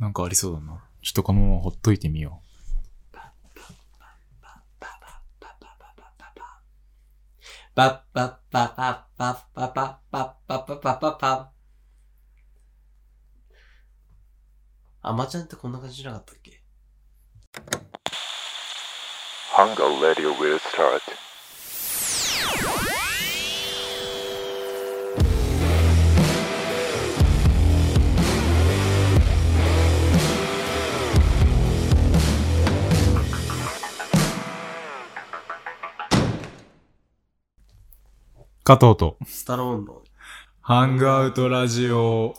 なんかありそうだな。ちょっとこのままほっといてみよパッパッパッパッパッパッパッパッパッパッパッパッアマちゃんってこんな感じじゃなかったっけ Hunger Radio will start. う。加藤と、スタローンの。ハングアウトラジオ。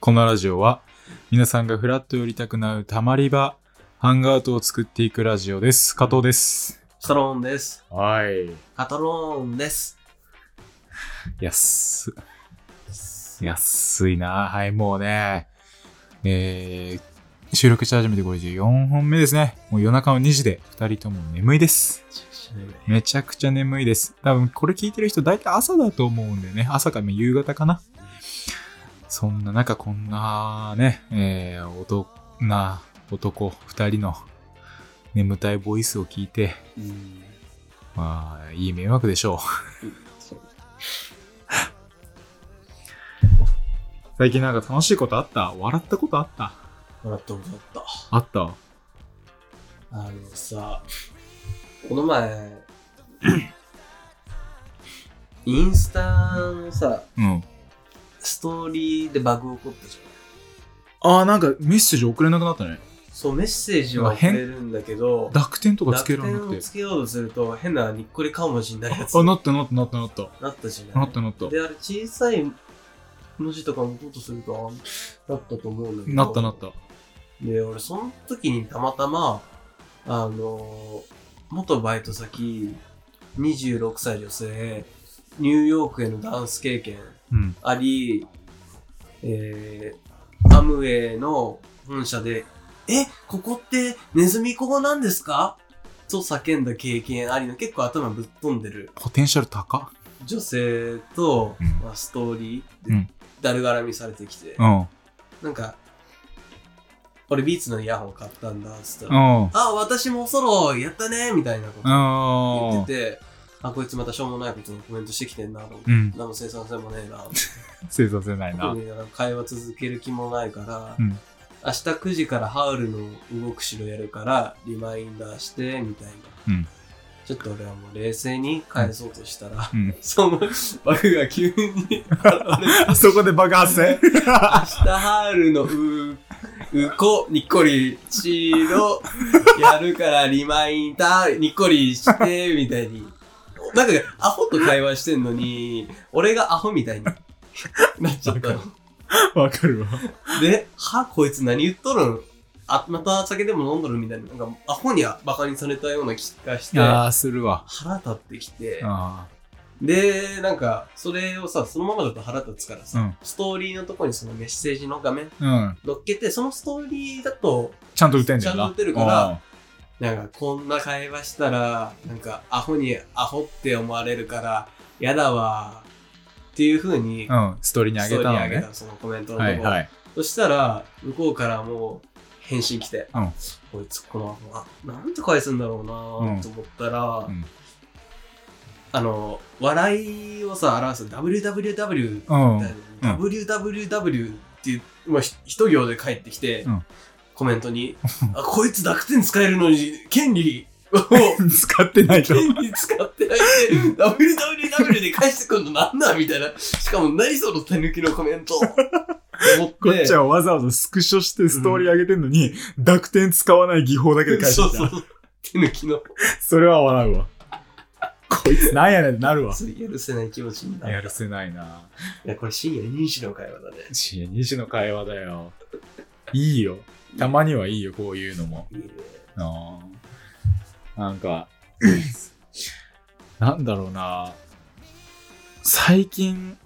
このラジオは、皆さんがフラット寄りたくなるたまり場、ハングアウトを作っていくラジオです。加藤です。スタローンです。はい。カタローンです。安、安いな。はい、もうね、えー、収録し始めて54本目ですね。もう夜中の2時で2人とも眠いです。めちゃくちゃ眠いです。多分これ聞いてる人大体朝だと思うんでね。朝かまあ夕方かな。そんな中こんなね、えー、男な男二人の眠たいボイスを聞いて、うん。まあいい迷惑でしょそうう。 最近なんか楽しいことあった笑ったことあった笑った笑った。あったあのさ、この前、 インスタのさ、うん。ストーリーでバグ起こったじゃん。ああ、なんかメッセージ送れなくなったね。そう、メッセージは送れるんだけど、濁点とかつけ濁られなく点をて。つけようとすると、変なにっこり顔文字になるやつあ、になったなったなったなった。なったじゃなないったなった。で、あれ小さい文字とか打とうとすると、あなったと思うんだけど。なったなった。で、俺、その時にたまたま、あのー、元バイト先、26歳女性、ニューヨークへのダンス経験うん。あり、えー、アムウェイの本社で、え、ここってネズミここなんですかと叫んだ経験ありの結構頭ぶっ飛んでるポテンシャル高女性と、うんまあ、ストーリーうでんだるがらみされてきて、うん。なんか、俺ビーツのイヤホン買ったんだっつったら、うん。あ、私もソロやったねみたいなこと言あってて、あ、こいつまたしょうもないことのコメントしてきてんなと思って、うん。何も生産性もねえな。生産せないな特。になんか会話続ける気もないから、うん明日9時からハウルの動く城やるから、リマインダーして、みたいな。うんちょっと俺はもう冷静に返そうとしたら、うん。そのバグが急にあそこで爆発 せ明日ハウルのう、うこ、にっこり、しろ、やるからリマインダー、にっこりして、みたいに。なんか、アホと会話してんのに、俺がアホみたいになっちゃったの。わかるわ。で、は、こいつ何言っとるんあ、また酒でも飲んどるみたいな、なんか、アホにはバカにされたような気がして、ああ、するわ。腹立ってきて、あで、なんか、それをさ、そのままだと腹立つからさ、うんストーリーのとこにそのメッセージの画面あ。うん。乗っけて、そのストーリーだと、ちゃんと打てんじゃんな。ちゃんと打てるからなんか、こんな会話したら、なんか、アホにアホって思われるから、やだわっていう風に、うん。うん。ストーリーにあげたのストーリーにあげねた。のそのコメントのとはこ、いはい。そしたら、向こうからもう、返信来て、うんこいつ、この、あなんて返すんだろうなうんぁと思ったら、うんあの、笑いをさ、表す WWW うみん。たいな、WWW っていう、まあ、ひ一行で返ってきて、うんコメントに、あ、こいつ濁点使えるのに、権利 を、使ってないと。権利使ってないで、WWW で返してくんのなんだみたいな。しかも、何その手抜きのコメント。思って こっちはわざわざスクショしてストーリー上げてんのに、濁点使わない技法だけで返してそうきそた。う。手抜きの。それは笑うわ。こいつなんやねんってなるわ。それ許せない気持ちになる。やるせないな。いや、これ深夜2時の会話だね。深夜2時の会話だよ。いいよ。たまにはいいよ、こういうのも。いいね。あーなんか、なんだろうな。最近、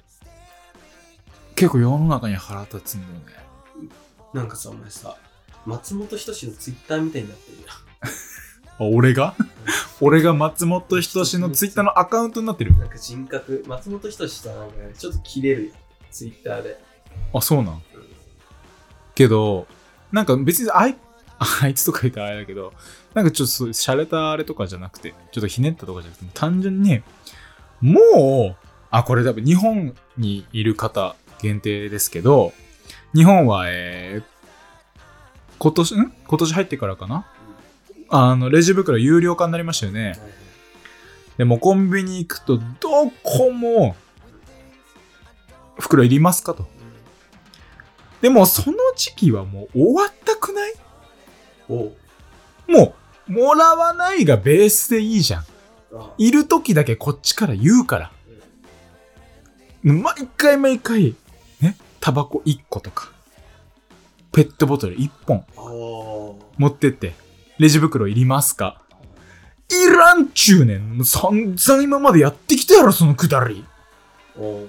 結構世の中に腹立つんだよね。なんかさ、お前さ、松本人志のツイッターみたいになってるじあ、俺が 俺が松本人志のツイッターのアカウントになってるゃん。。なんか人格、松本人志さ、なんかねちょっと切れるよ。ツイッターで。あ、そうなん。けど、なんか別にあい、あいつとか言ったらあれだけど、なんかちょっとそう洒落たあれとかじゃなくて、ちょっとひねったとかじゃなくて、単純に、もう、あ、これ多分日本にいる方限定ですけど、日本は、えー、今年、ん今年入ってからかなあの、レジ袋有料化になりましたよね。でもうコンビニ行くと、どこも、袋いりますかと。でも、その時期はもう終わったくないおもう、もらわないがベースでいいじゃん。あいる時だけこっちから言うから。毎回毎回、ね、タバコ1個とか、ペットボトル1本あー持ってって、レジ袋いりますかいらんちゅうねん。もう散々今までやってきたやろ、そのくだり。おう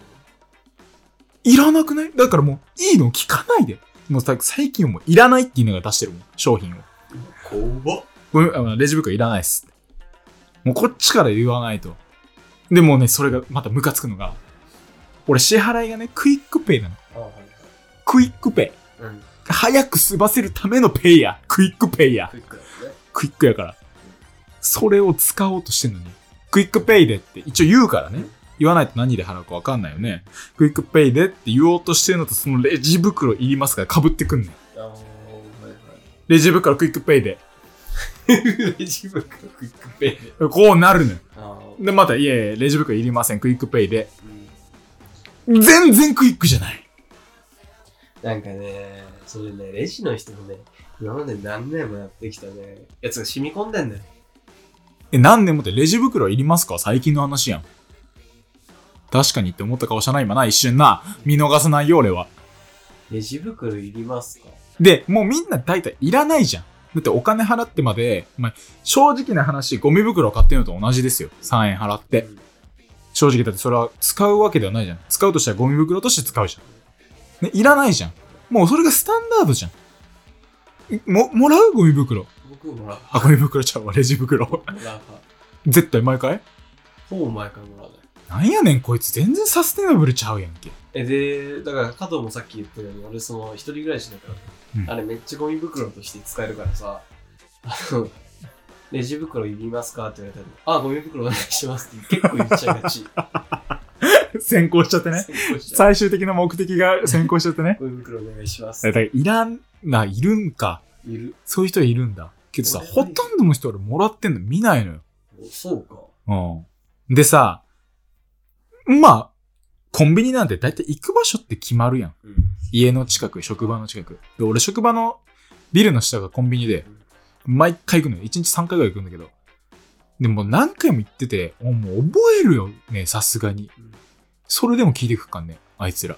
いらなくないだからもう、いいの聞かないで。もうさ最近はもういらないっていうのが出してるもん、商品を。怖っごめんあの、レジ袋いらないっす。もうこっちから言わないと。でもうね、それがまたムカつくのが、俺支払いがね、クイックペイなの。あはいクイックペイ。はいうん早く済ませるためのペイや。クイックペイや。クイックだよねクイックやから。それを使おうとしてんのに。クイックペイでって一応言うからね。言わないと何で払うかわかんないよね。クイックペイでって言おうとしてるのとそのレジ袋いりますから被ってくんねん。あー はいレジ袋クイックペイで。はいレジ袋クイックペイでこうなるのよ。あーで、また、いえいえ、レジ袋いりません。クイックペイで。うん全然クイックじゃない。なんかね、それね、レジの人もね、今まで何年もやってきたね、やつが染み込んでんだよ。え、何年もってレジ袋いりますか最近の話やん。確かにって思った顔したな、今な、一瞬な。見逃さないよ、俺は。レジ袋いりますかで、もうみんな大体いらないじゃん。だってお金払ってまで、まあ、正直な話、ゴミ袋買ってるのと同じですよ。3円払って。正直だってそれは使うわけではないじゃん。使うとしたらゴミ袋として使うじゃん。ね、いらないじゃん。もうそれがスタンダードじゃん。いも、もらうゴミ袋。僕もらう。あ、ゴミ袋ちゃうわ、レジ袋。もらう派。絶対毎回ほぼ前からもらわない。なんやねん、こいつ全然サステナブルちゃうやんけ。え、で、だから加藤もさっき言ったように、俺その一人暮らしだから、うんあれめっちゃゴミ袋として使えるからさ、あの、レジ袋いりますかって言われたら、あ、ゴミ袋お願いしますって結構言っちゃい がち。 先行しちゃってね。先行しちゃう。最終的な目的 が先行しちゃってねゴミ袋お願いしまだす。からいらんな、いるんか。いる。そういう人いるんだ。けどさ、俺ほとんどの人俺もらってんの見ないのそうか。よ。うん。でさ、まあ、コンビニなんて大体行く場所って決まるやん。うん。家の近く、職場の近く。で、俺職場のビルの下がコンビニで、毎回行くのよ。1日3回ぐらい行くんだけど。でも何回も行ってて、おもう覚えるよね、さすがにうん。それでも聞いてくっかんね、あいつら。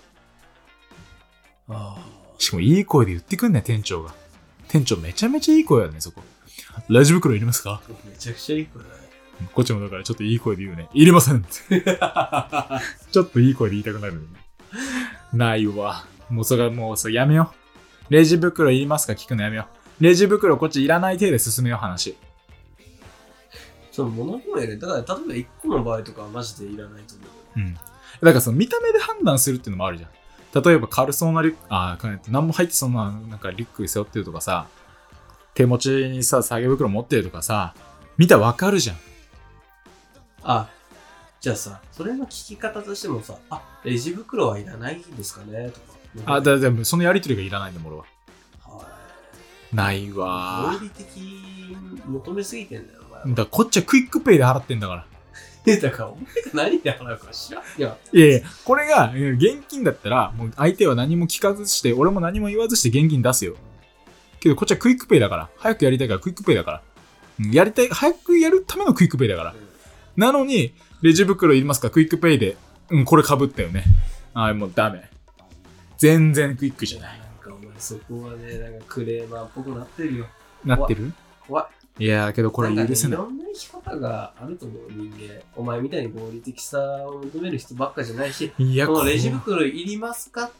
ああ。しかもいい声で言ってくんね、店長が。店長めちゃめちゃいい声やね、そこ。ラジ袋いりますかめちゃくちゃいい子だね。こっちもだからちょっといい声で言うね。いりませんちょっといい声で言いたくなるよね。ないわ。もうそれはもうそれやめよう。レジ袋いりますか聞くのやめよう。レジ袋こっちいらない体で進めよう話。 その物にもよる。だから、例えば1個の場合とかはマジでいらないと思うう。ん。だからその見た目で判断するっていうのもあるじゃん。例えば軽そうなリュック、ああ、何も入ってそんな、なんかリュック背負ってるとかさ、手持ちにさ、下げ袋持ってるとかさ、見たらわかるじゃん。あ、じゃあさ、それの聞き方としてもさ、あ、レジ袋はいらないんですかねとか。あ、だ、だ、そのやりとりがいらないんだもん、俺は。ないはい。わ合理的に求めすぎてんだよ、お前ー。だからこっちはクイックペイで払ってんだから。え、 だから、お前が何で払うか知らんやん。いやいや、これがえー現金だったら、もう相手は何も聞かずして、俺も何も言わずして現金出すよ。けどこっちはクイックペイだから。早くやりたいからクイックペイだから。うんやりたい、早くやるためのクイックペイだから。なのに、レジ袋いりますかクイックペイで。うん、これ被ったよね。ああ、もうダメ。全然クイックじゃない。なんかお前そこはね、なんかクレーマーっぽくなってるよ。なってる怖い。いやー、けどこれなんか許せないい。ろんな生き方があると思う、人間。お前みたいに合理的さを求める人ばっかじゃないし、いや、このこレれジ袋いりますか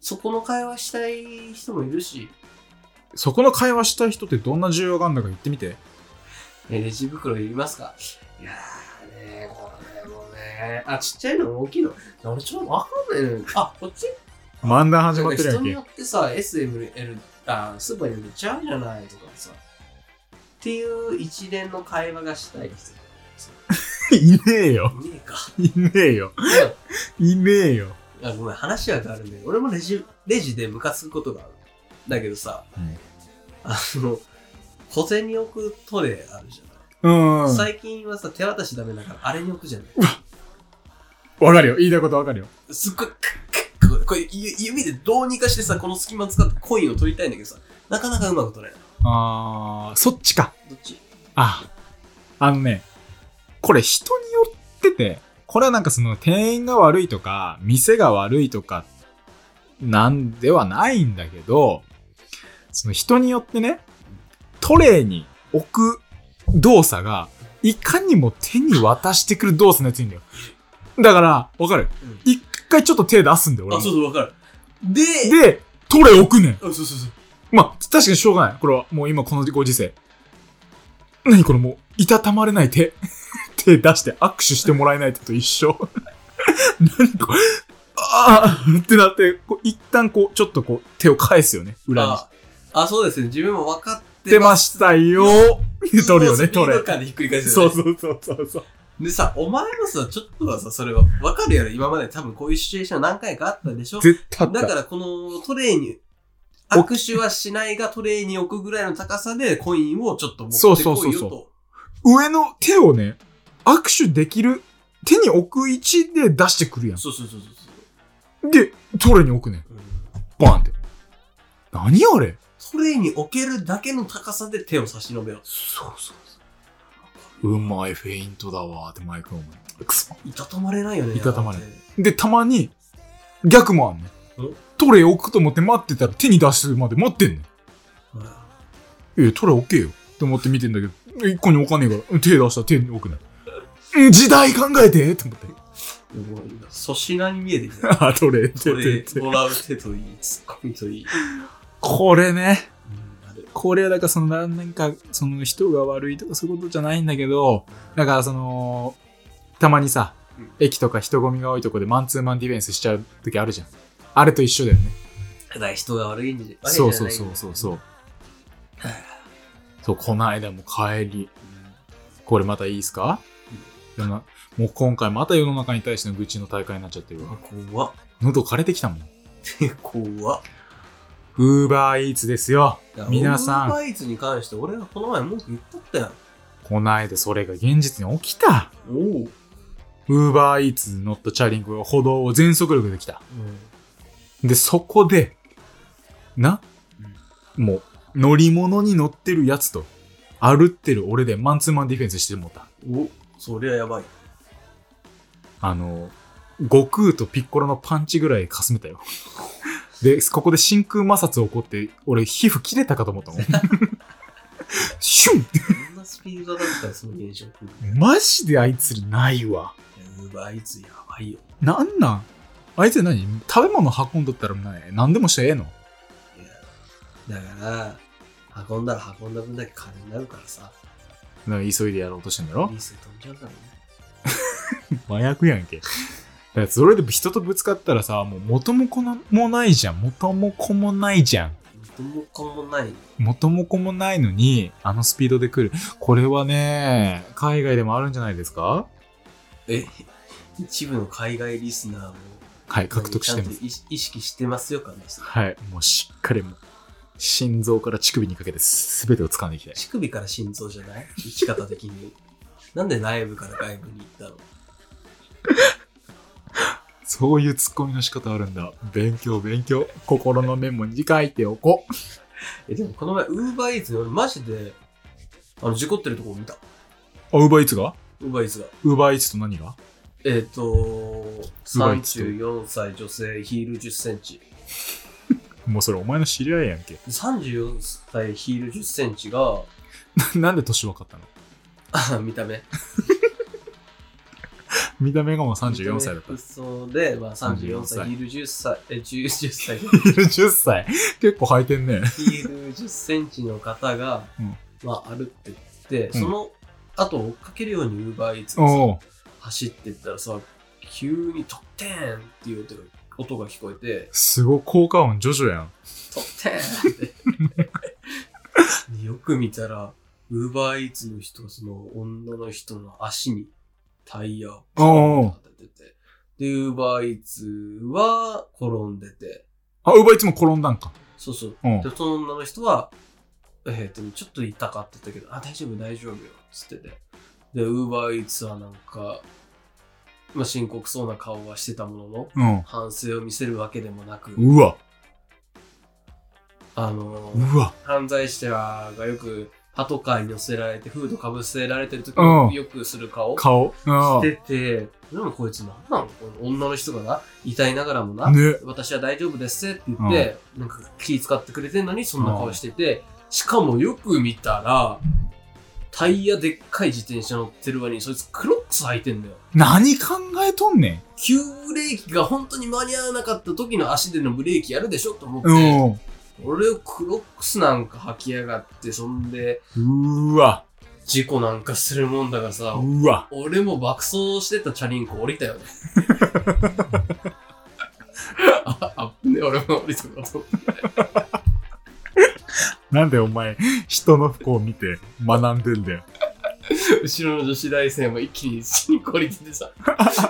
そこの会話したい人もいるし、そこの会話したい人ってどんな需要があるのか言ってみて。えレジ袋いりますかいやーねこれもね、あ、ちっちゃいの大きいの。俺ちょっとわかんないのよ。あ、こっち漫談始まってるやん人にけよ。ってさ、S、M、L、あスーパーに売っちゃうじゃないとかさ。っていう一連の会話がしたいです。 いねえよ。ねえか。いねえよ。いねえよ。あごめん、話は変わるんだけど、俺もレジ、レジでムカつくことがある。だけどさ、はいあの、小銭置くトレイあるじゃない。うん。わ最近はさ、手渡しダメだから、あれに置くじゃない。かるよ。言いたいことわかるよ。すっごい、クックックこれ、ゆ指でどうにかしてさ、この隙間使ってコインを取りたいんだけどさ、なかなかうまく取れない。あー、そっちか。どっちあ、あのね、これ人によってて、これはなんかその店員が悪いとか、店が悪いとか、なんではないんだけど、その人によってね、トレイに置く動作が、いかにも手に渡してくる動作のやついいんだよ。だから、わかるうん一回ちょっと手出すんだよ、俺あ、もそうそう、わかる。で、で、トレイ置くねん。あ、そうそうそう。まあ、確かにしょうがない。これは、もう今このご時世。何これもう、いたたまれない手。 手出して握手してもらえない手と一緒。 何これ。ああってなって、こう一旦こう、ちょっとこう、手を返すよね。裏に。あ、あそうですね。自分も分かって出ましたよ。言うとるよね、トトレレー。感でひっくり返すよね。そうそうそうそうそう。でさ、お前もさ、ちょっとはさ、それは分かるやろ今まで多分こういうシチュエーション何回かあったでしょ絶対あっだかた。らこのトレイに、握手はしないがトレイに置くぐらいの高さでコインをちょっと持そうってそうこそういよそうと。上の手をね、握手できる、手に置く位置で出してくるやそうそうそうそうそん。で、トレに置くねん。う、うんバーンって。何あれトレイに置けるだけの高さで手を差し伸べよう。そうそうそう。うまいフェイントだわーって毎回思う。くそ。いたたまれないよね。いたたまれななんてで、たまに、逆もあんねん。トレイ置くと思って待ってたら手に出すまで待ってんねうんん。いや、トレイ置けよ。って思って見てんだけど、一個に置かねえからうん、手出したら手に置くない。うん時代考えてって思 って。すごいな粗品に見えて きた。あ、トレイ、ト手、レ手、イ、手。もらう手といい、ツッコミといい。これね。うんあるこれはだからそのなんかその人が悪いとかそういうことじゃないんだけどだからそのたまにさ、うん駅とか人混みが多いとこでマンツーマンディフェンスしちゃう時あるじゃんあれと一緒だよねただ人が悪いんじゃそうそうそうそうう。そうそうこの間も帰りこれまたいいですか、世のもう今回また世の中に対しての愚痴の大会になっちゃってるわ怖っ。喉枯れてきたもん怖っ。ウーバーイーツですよ皆さウーバんーイーツに関して俺がこの前文句言っとったやん。この間それが現実に起きたおお。うん。ウーバーイーツに乗ったチャリンコが歩道を全速力で来た。で、そこで、な、もう、乗り物に乗ってるやつと、歩ってる俺でマンツーマンディフェンスしてもうた。おそりゃやばい。あの、悟空とピッコロのパンチぐらいかすめたよ。 で、ここで真空摩擦起こって、俺皮膚切れたかと思ったもん。シュンってこんなスピードだったらその現象。マジであいつらないわ。ウーバーイーツやばいよ。なんなんあいつら何食べ物運んどったら何何でもしてええのだから、運んだら運んだ分だけ金になるからさ、だから急いでやろうとしてんだリろース飛んじゃうからね。麻薬やんけ。だからそれで人とぶつかったらさ、もう元も子もないじゃん。元も子もないじゃん。元も子もない。元も子もないのに、あのスピードで来る。これはね、海外でもあるんじゃないですかえ、一部の海外リスナーもはい、獲得してちゃまんす。と意識意識してますよ、感じです。はい、もうしっかりもう、心臓から乳首にかけて全てを掴んでいきたい。乳首から心臓じゃない打ち方的に。なんで内部から外部に行ったのそういうツッコミの仕方あるんだ。勉強、勉強。心のメモに書いておこう。え、でもこの前、ウーバーイーツで俺マジで、あの、事故ってるとこ見た。あ、ウーバーイーツがウーバーイーツが。ウーバーイーツと何がえっ、と、バーイーツと34歳女性、ヒール10センチ。もうそれお前の知り合いやんけ。 34歳、ヒール10センチが、 なんで年分かったのあ見た目。見た目がもう34歳だった見。目服装で、まあ34 34歳、歳ヒール10歳、え、10, 10歳、 10歳結構履いてんね。ヒール10センチの方が、うんまあ歩ってって、んその後追っかけるようにウーバーイーツがさおお。走ってったらさ、急にトッテンっていう音が音が聞こえて、すごい、効果音ジョジョやん。とってーってよく見たら、ウーバーイーツの人、その女の人の足にタイヤをおうおう当ててて、で、ウーバーイーツは転んでて、あ、ウーバーいつも転んだんか。そうそう。うん。で、その女の人は、えっ、と、ちょっと痛かったけど、あ、大丈夫、大丈夫よ、つってて。で、ウーバーイーツはなんか、まあ、深刻そうな顔はしてたものの、うん。反省を見せるわけでもなく、うわ、あのーうわ。犯罪者がよくパトカーに乗せられて、フードかぶせられてる時うんによくする顔し顔。うん。てて、でもこいつなんなのこの女の人がな、痛いながらもな、ね。私は大丈夫ですって言って、なんか気使ってくれてんのにそんな顔してて、しかもよく見たら、タイヤでっかい自転車乗ってる割にそいつクロックス履いてんだよ。何考えとんね急ブレーキが本当に間に合わなかった時の足でのブレーキやるでしょと思って、ん。うん。俺をクロックスなんか履きやがって、そんでうーわ、事故なんかするもんだがさ、うわ。俺も爆走してたチャリンコ降り たよね。あ、あぶね、俺も降りたこと思って。なんでお前、人の不幸を見て学んでんだよ。後ろの女子大生も一気にチャリンコ降りててさ、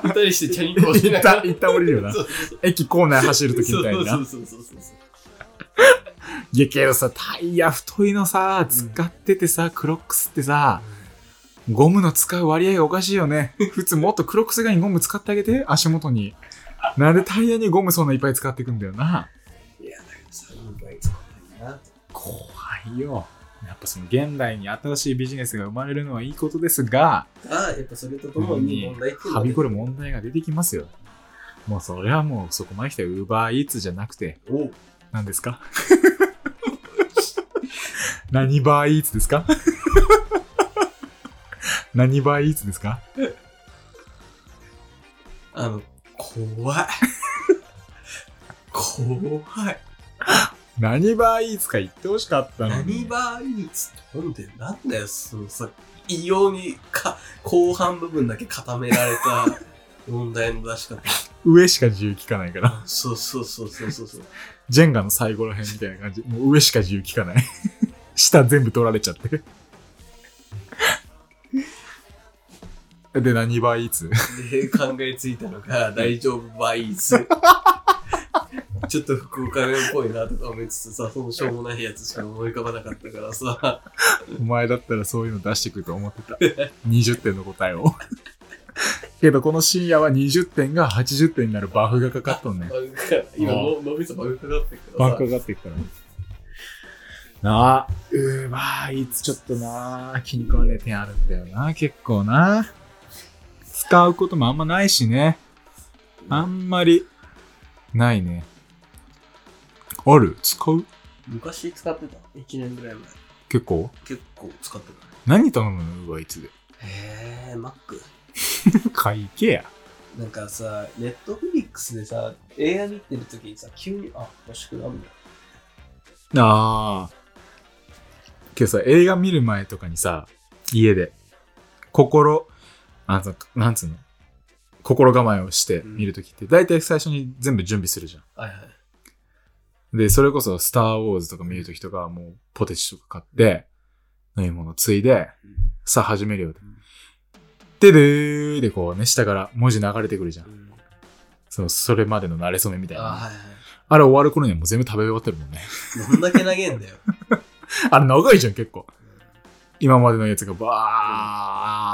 二人してチャリンコ降り一てな旦、一旦降りるよな。そうそう駅構内走るときみたいにな。そいうそうそうそうそう。やけどさ、タイヤ太いのさ、使っててさ、クロックスってさ、ゴムの使う割合がおかしいよね。普通もっとクロックス側にゴム使ってあげて、足元に。なんでタイヤにゴムそんないっぱい使っていくんだよな。さウーバーイーツ来ないなって怖いよ。やっぱその現代に新しいビジネスが生まれるのはいいことですが、あやっぱそれとともにに問題っていうのはびこはる問題が出てきますよ。もうそれはもうそこまで来たら UberEats じゃなくて、おう何ですか 何バーイーツですか 何バーイーツですかあの、 怖い。怖い。何バーイーツか言ってほしかったの何に。バーイーツってなんでなんだよ、そのさ、異様にか後半部分だけ固められ た問題の出し方。上しか自由聞かないから。 そうそうそうそうそうそう。ジェンガの最後ら辺みたいな感じ。もう上しか自由聞かない。 下全部取られちゃって。 で、何バーイーツで、考えついたのが、大丈夫バイ ーツ。ちょっと福岡弁っぽいなとか思いつつさ、そのしょうもないやつしか思い浮かばなかったからさ、お前だったらそういうの出してくると思ってた。20点の答えを。 けどこの深夜は20点が80点になるバフがかかっとんねん。今の、伸びそば浮かだったけどさ。バンク上がっていくから。なあ。うーまあ、いつちょっとなあ、気に食わねえ点あるんだよな、結構な。使うこともあんまないしね。あんまり、ないね。ある使う昔使ってた ?1 年ぐらい前。結構結構使ってた。何頼むのうわ、いつで。へえ、マック。買いけや。なんかさ、ネットフリックスでさ、映画見てるときにさ、急に、あ、欲しくなるんだ。ああ。けどさ、映画見る前とかにさ、家で、心、あのなんつうの心構えをして見るときって、大体最初に全部準備するじゃはいはい。ん。で、それこそ、スター・ウォーズとか見るときとかは、もう、ポテチとか買って、飲み物ついで、さあ始めるよってうん。ででーでこうね、下から文字流れてくるじゃ。うんん、その、それまでの馴れ初めみたいあ、な。はいはあれ終わる頃にはもう全部食べ終わってるもんね。い。どんだけ投げんだよ。 あれ長いじゃん、結構。今までのやつが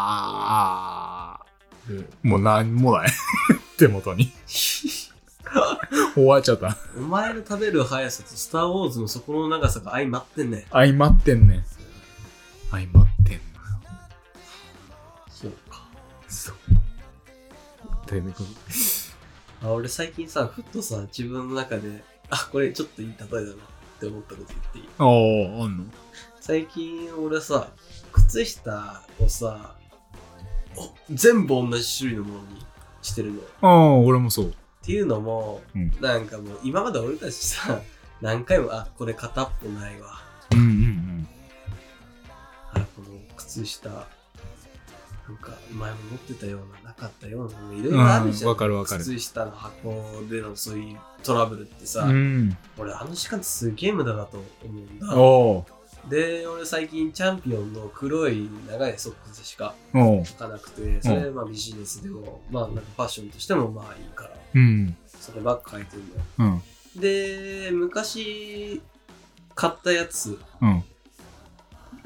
ばー、もう何もない。 手元に。終わっちゃった。お前の食べる速さとスター・ウォーズの底の長さが相まってんね。相まってんねん。相まってんのよ。そうか。そう。でねこうあ俺最近さ、ふっとさ、自分の中で、あ、これちょっといい例えだなって思ったこと言っていいああ、あんの最近俺さ、靴下をさ、お全部同じ種類のものにしてるのよ。ああ、俺もそう。っていうのも、うんなんかもう今まで俺たちさ 何回もあこれ片っぽないわうんうんあこの靴下なんか前も持ってたようななかったようないろいろあるじゃん、うんわかるわかる靴下の箱でのそういうトラブルってさ、うん。俺あの時間すげえ無駄だと思うんだおうで俺最近チャンピオンの黒い長いソックスしかおう履かなくてそれまあビジネスでも、まあなんかファッションとしてもまあいいからうん。そればっか履いてるんだようん。で昔買ったやつうん。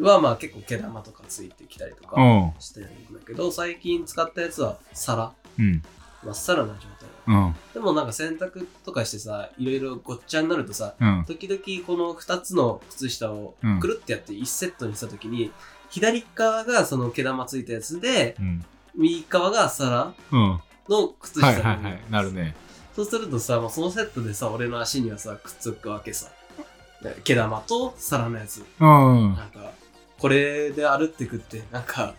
はまあ結構毛玉とかついてきたりとかおうしてるんだけど最近使ったやつは皿うん。まっさらな状態うん。でもなんか洗濯とかしてさいろいろごっちゃになるとさうん。時々この2つの靴下をうんくるってやって1セットにした時に、左側がその毛玉ついたやつでうん。右側が皿うん。の靴下はにいはいはい。なるね。そうするとさ、もうそのセットでさ、俺の足にはさ、くっつくわけさ。毛玉と皿のやつ。うん。なんか、これで歩ってくって、なんか、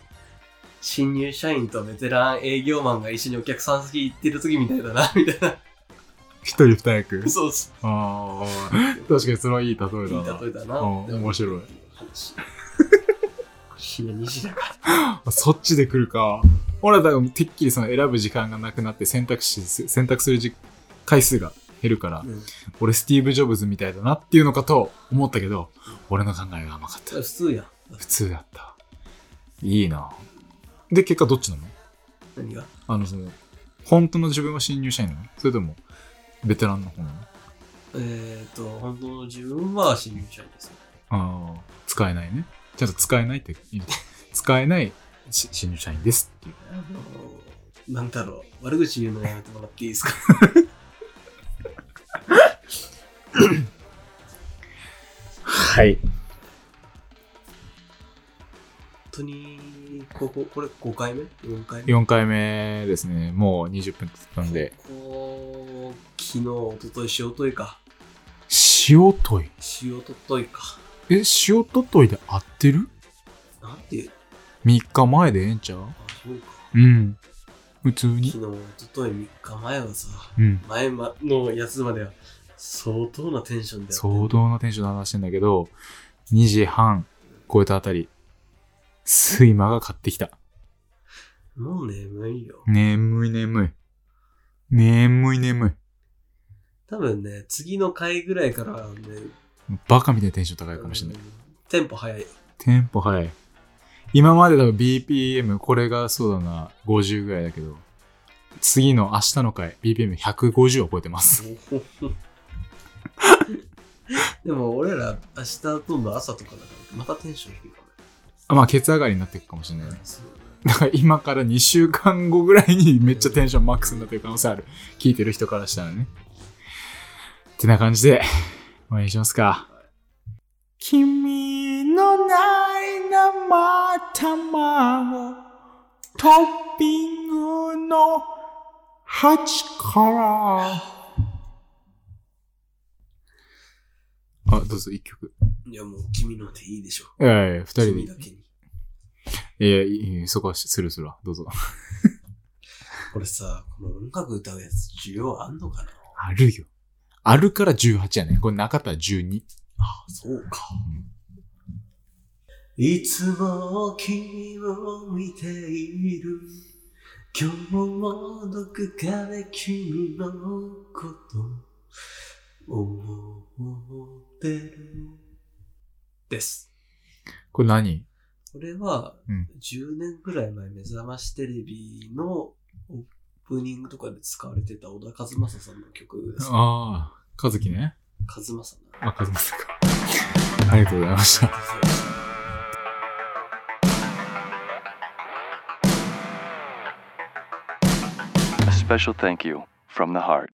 新入社員とベテラン営業マンが一緒にお客さん先行ってる時みたいだな、み たいな。一人二役。そうそう。ああ。確かにそれはいい例えいいだな。例えだな。うん面白い。話。深夜2時だかそっちで来るか。俺はだからてっきりその選ぶ時間がなくなって選択肢、選択する時回数が減るからら。、うん俺スティーブ・ジョブズみたいだなっていうのかと思ったけど、俺の考えが甘かった普。通やん。普通だった。いいな。で、結果どっちなの何があの、その、本当の自分は新入社員なのそれとも、ベテランの方なのえーと、本当の自分は新入社員ですよ。ああ、使えないね。ちゃんと使えないって言う、使えないし新入社員ですっていう。あのー、なんだろう、悪口言うのやめてもらっていいですかはい。本当に、ここ、これ5回目 ?4 回目4回目ですね。もう20分経ったんで。ここ、昨日、一昨日塩といか。塩とい。塩とといか。え、塩とといで合ってるなんていう ?3 日前でええんちゃうあ、そうか。うん。普通に。昨日、一昨日3日前はさ、うん。前まのやつまでは相当なテンションでやってん相当なテンションで話してんだけど、2時半超えたあたり、睡魔が買ってきた。もう眠いよ。眠い眠い。眠い眠多分ね、次の回ぐらいからね、い。バカみたいなテンション高いかもしれない。うんテンポ早い。テンポ速い。今まで多分 BPM、これがそうだな、50ぐらいだけど、次の明日の回、BPM150 を超えてます。でも俺ら明日どんどん朝とかだからまたテンション低いかもあまあ、ケツ上がりになっていくかもしれないねね。。そうだから今から2週間後ぐらいにめっちゃテンションマックスになってる可能性ある。聞いてる人からしたらね。ってな感じで、応援しますか。君のない生卵、トッピングの鉢から。あ、どうぞ、一曲。いやもう君のでいいでしょ。いやいや、二人でい君いだ。けに。いやいや、そこはスルーするわ。どうぞ。これさ、この音楽歌うやつ需要あんのかなあるよ。あるから18やね。これなかったら12。あ、そうか。いつも君を見ている。今日もどこかで君のこと思ってる。です。これ何これはうん、 10年ぐらい前、目覚ましテレビのオープニングとかで使われてた小田和正さんの曲です。和ああ、かずきね。正さん。あ、かずまさか。ありがとうございました。 A special thank you from the heart.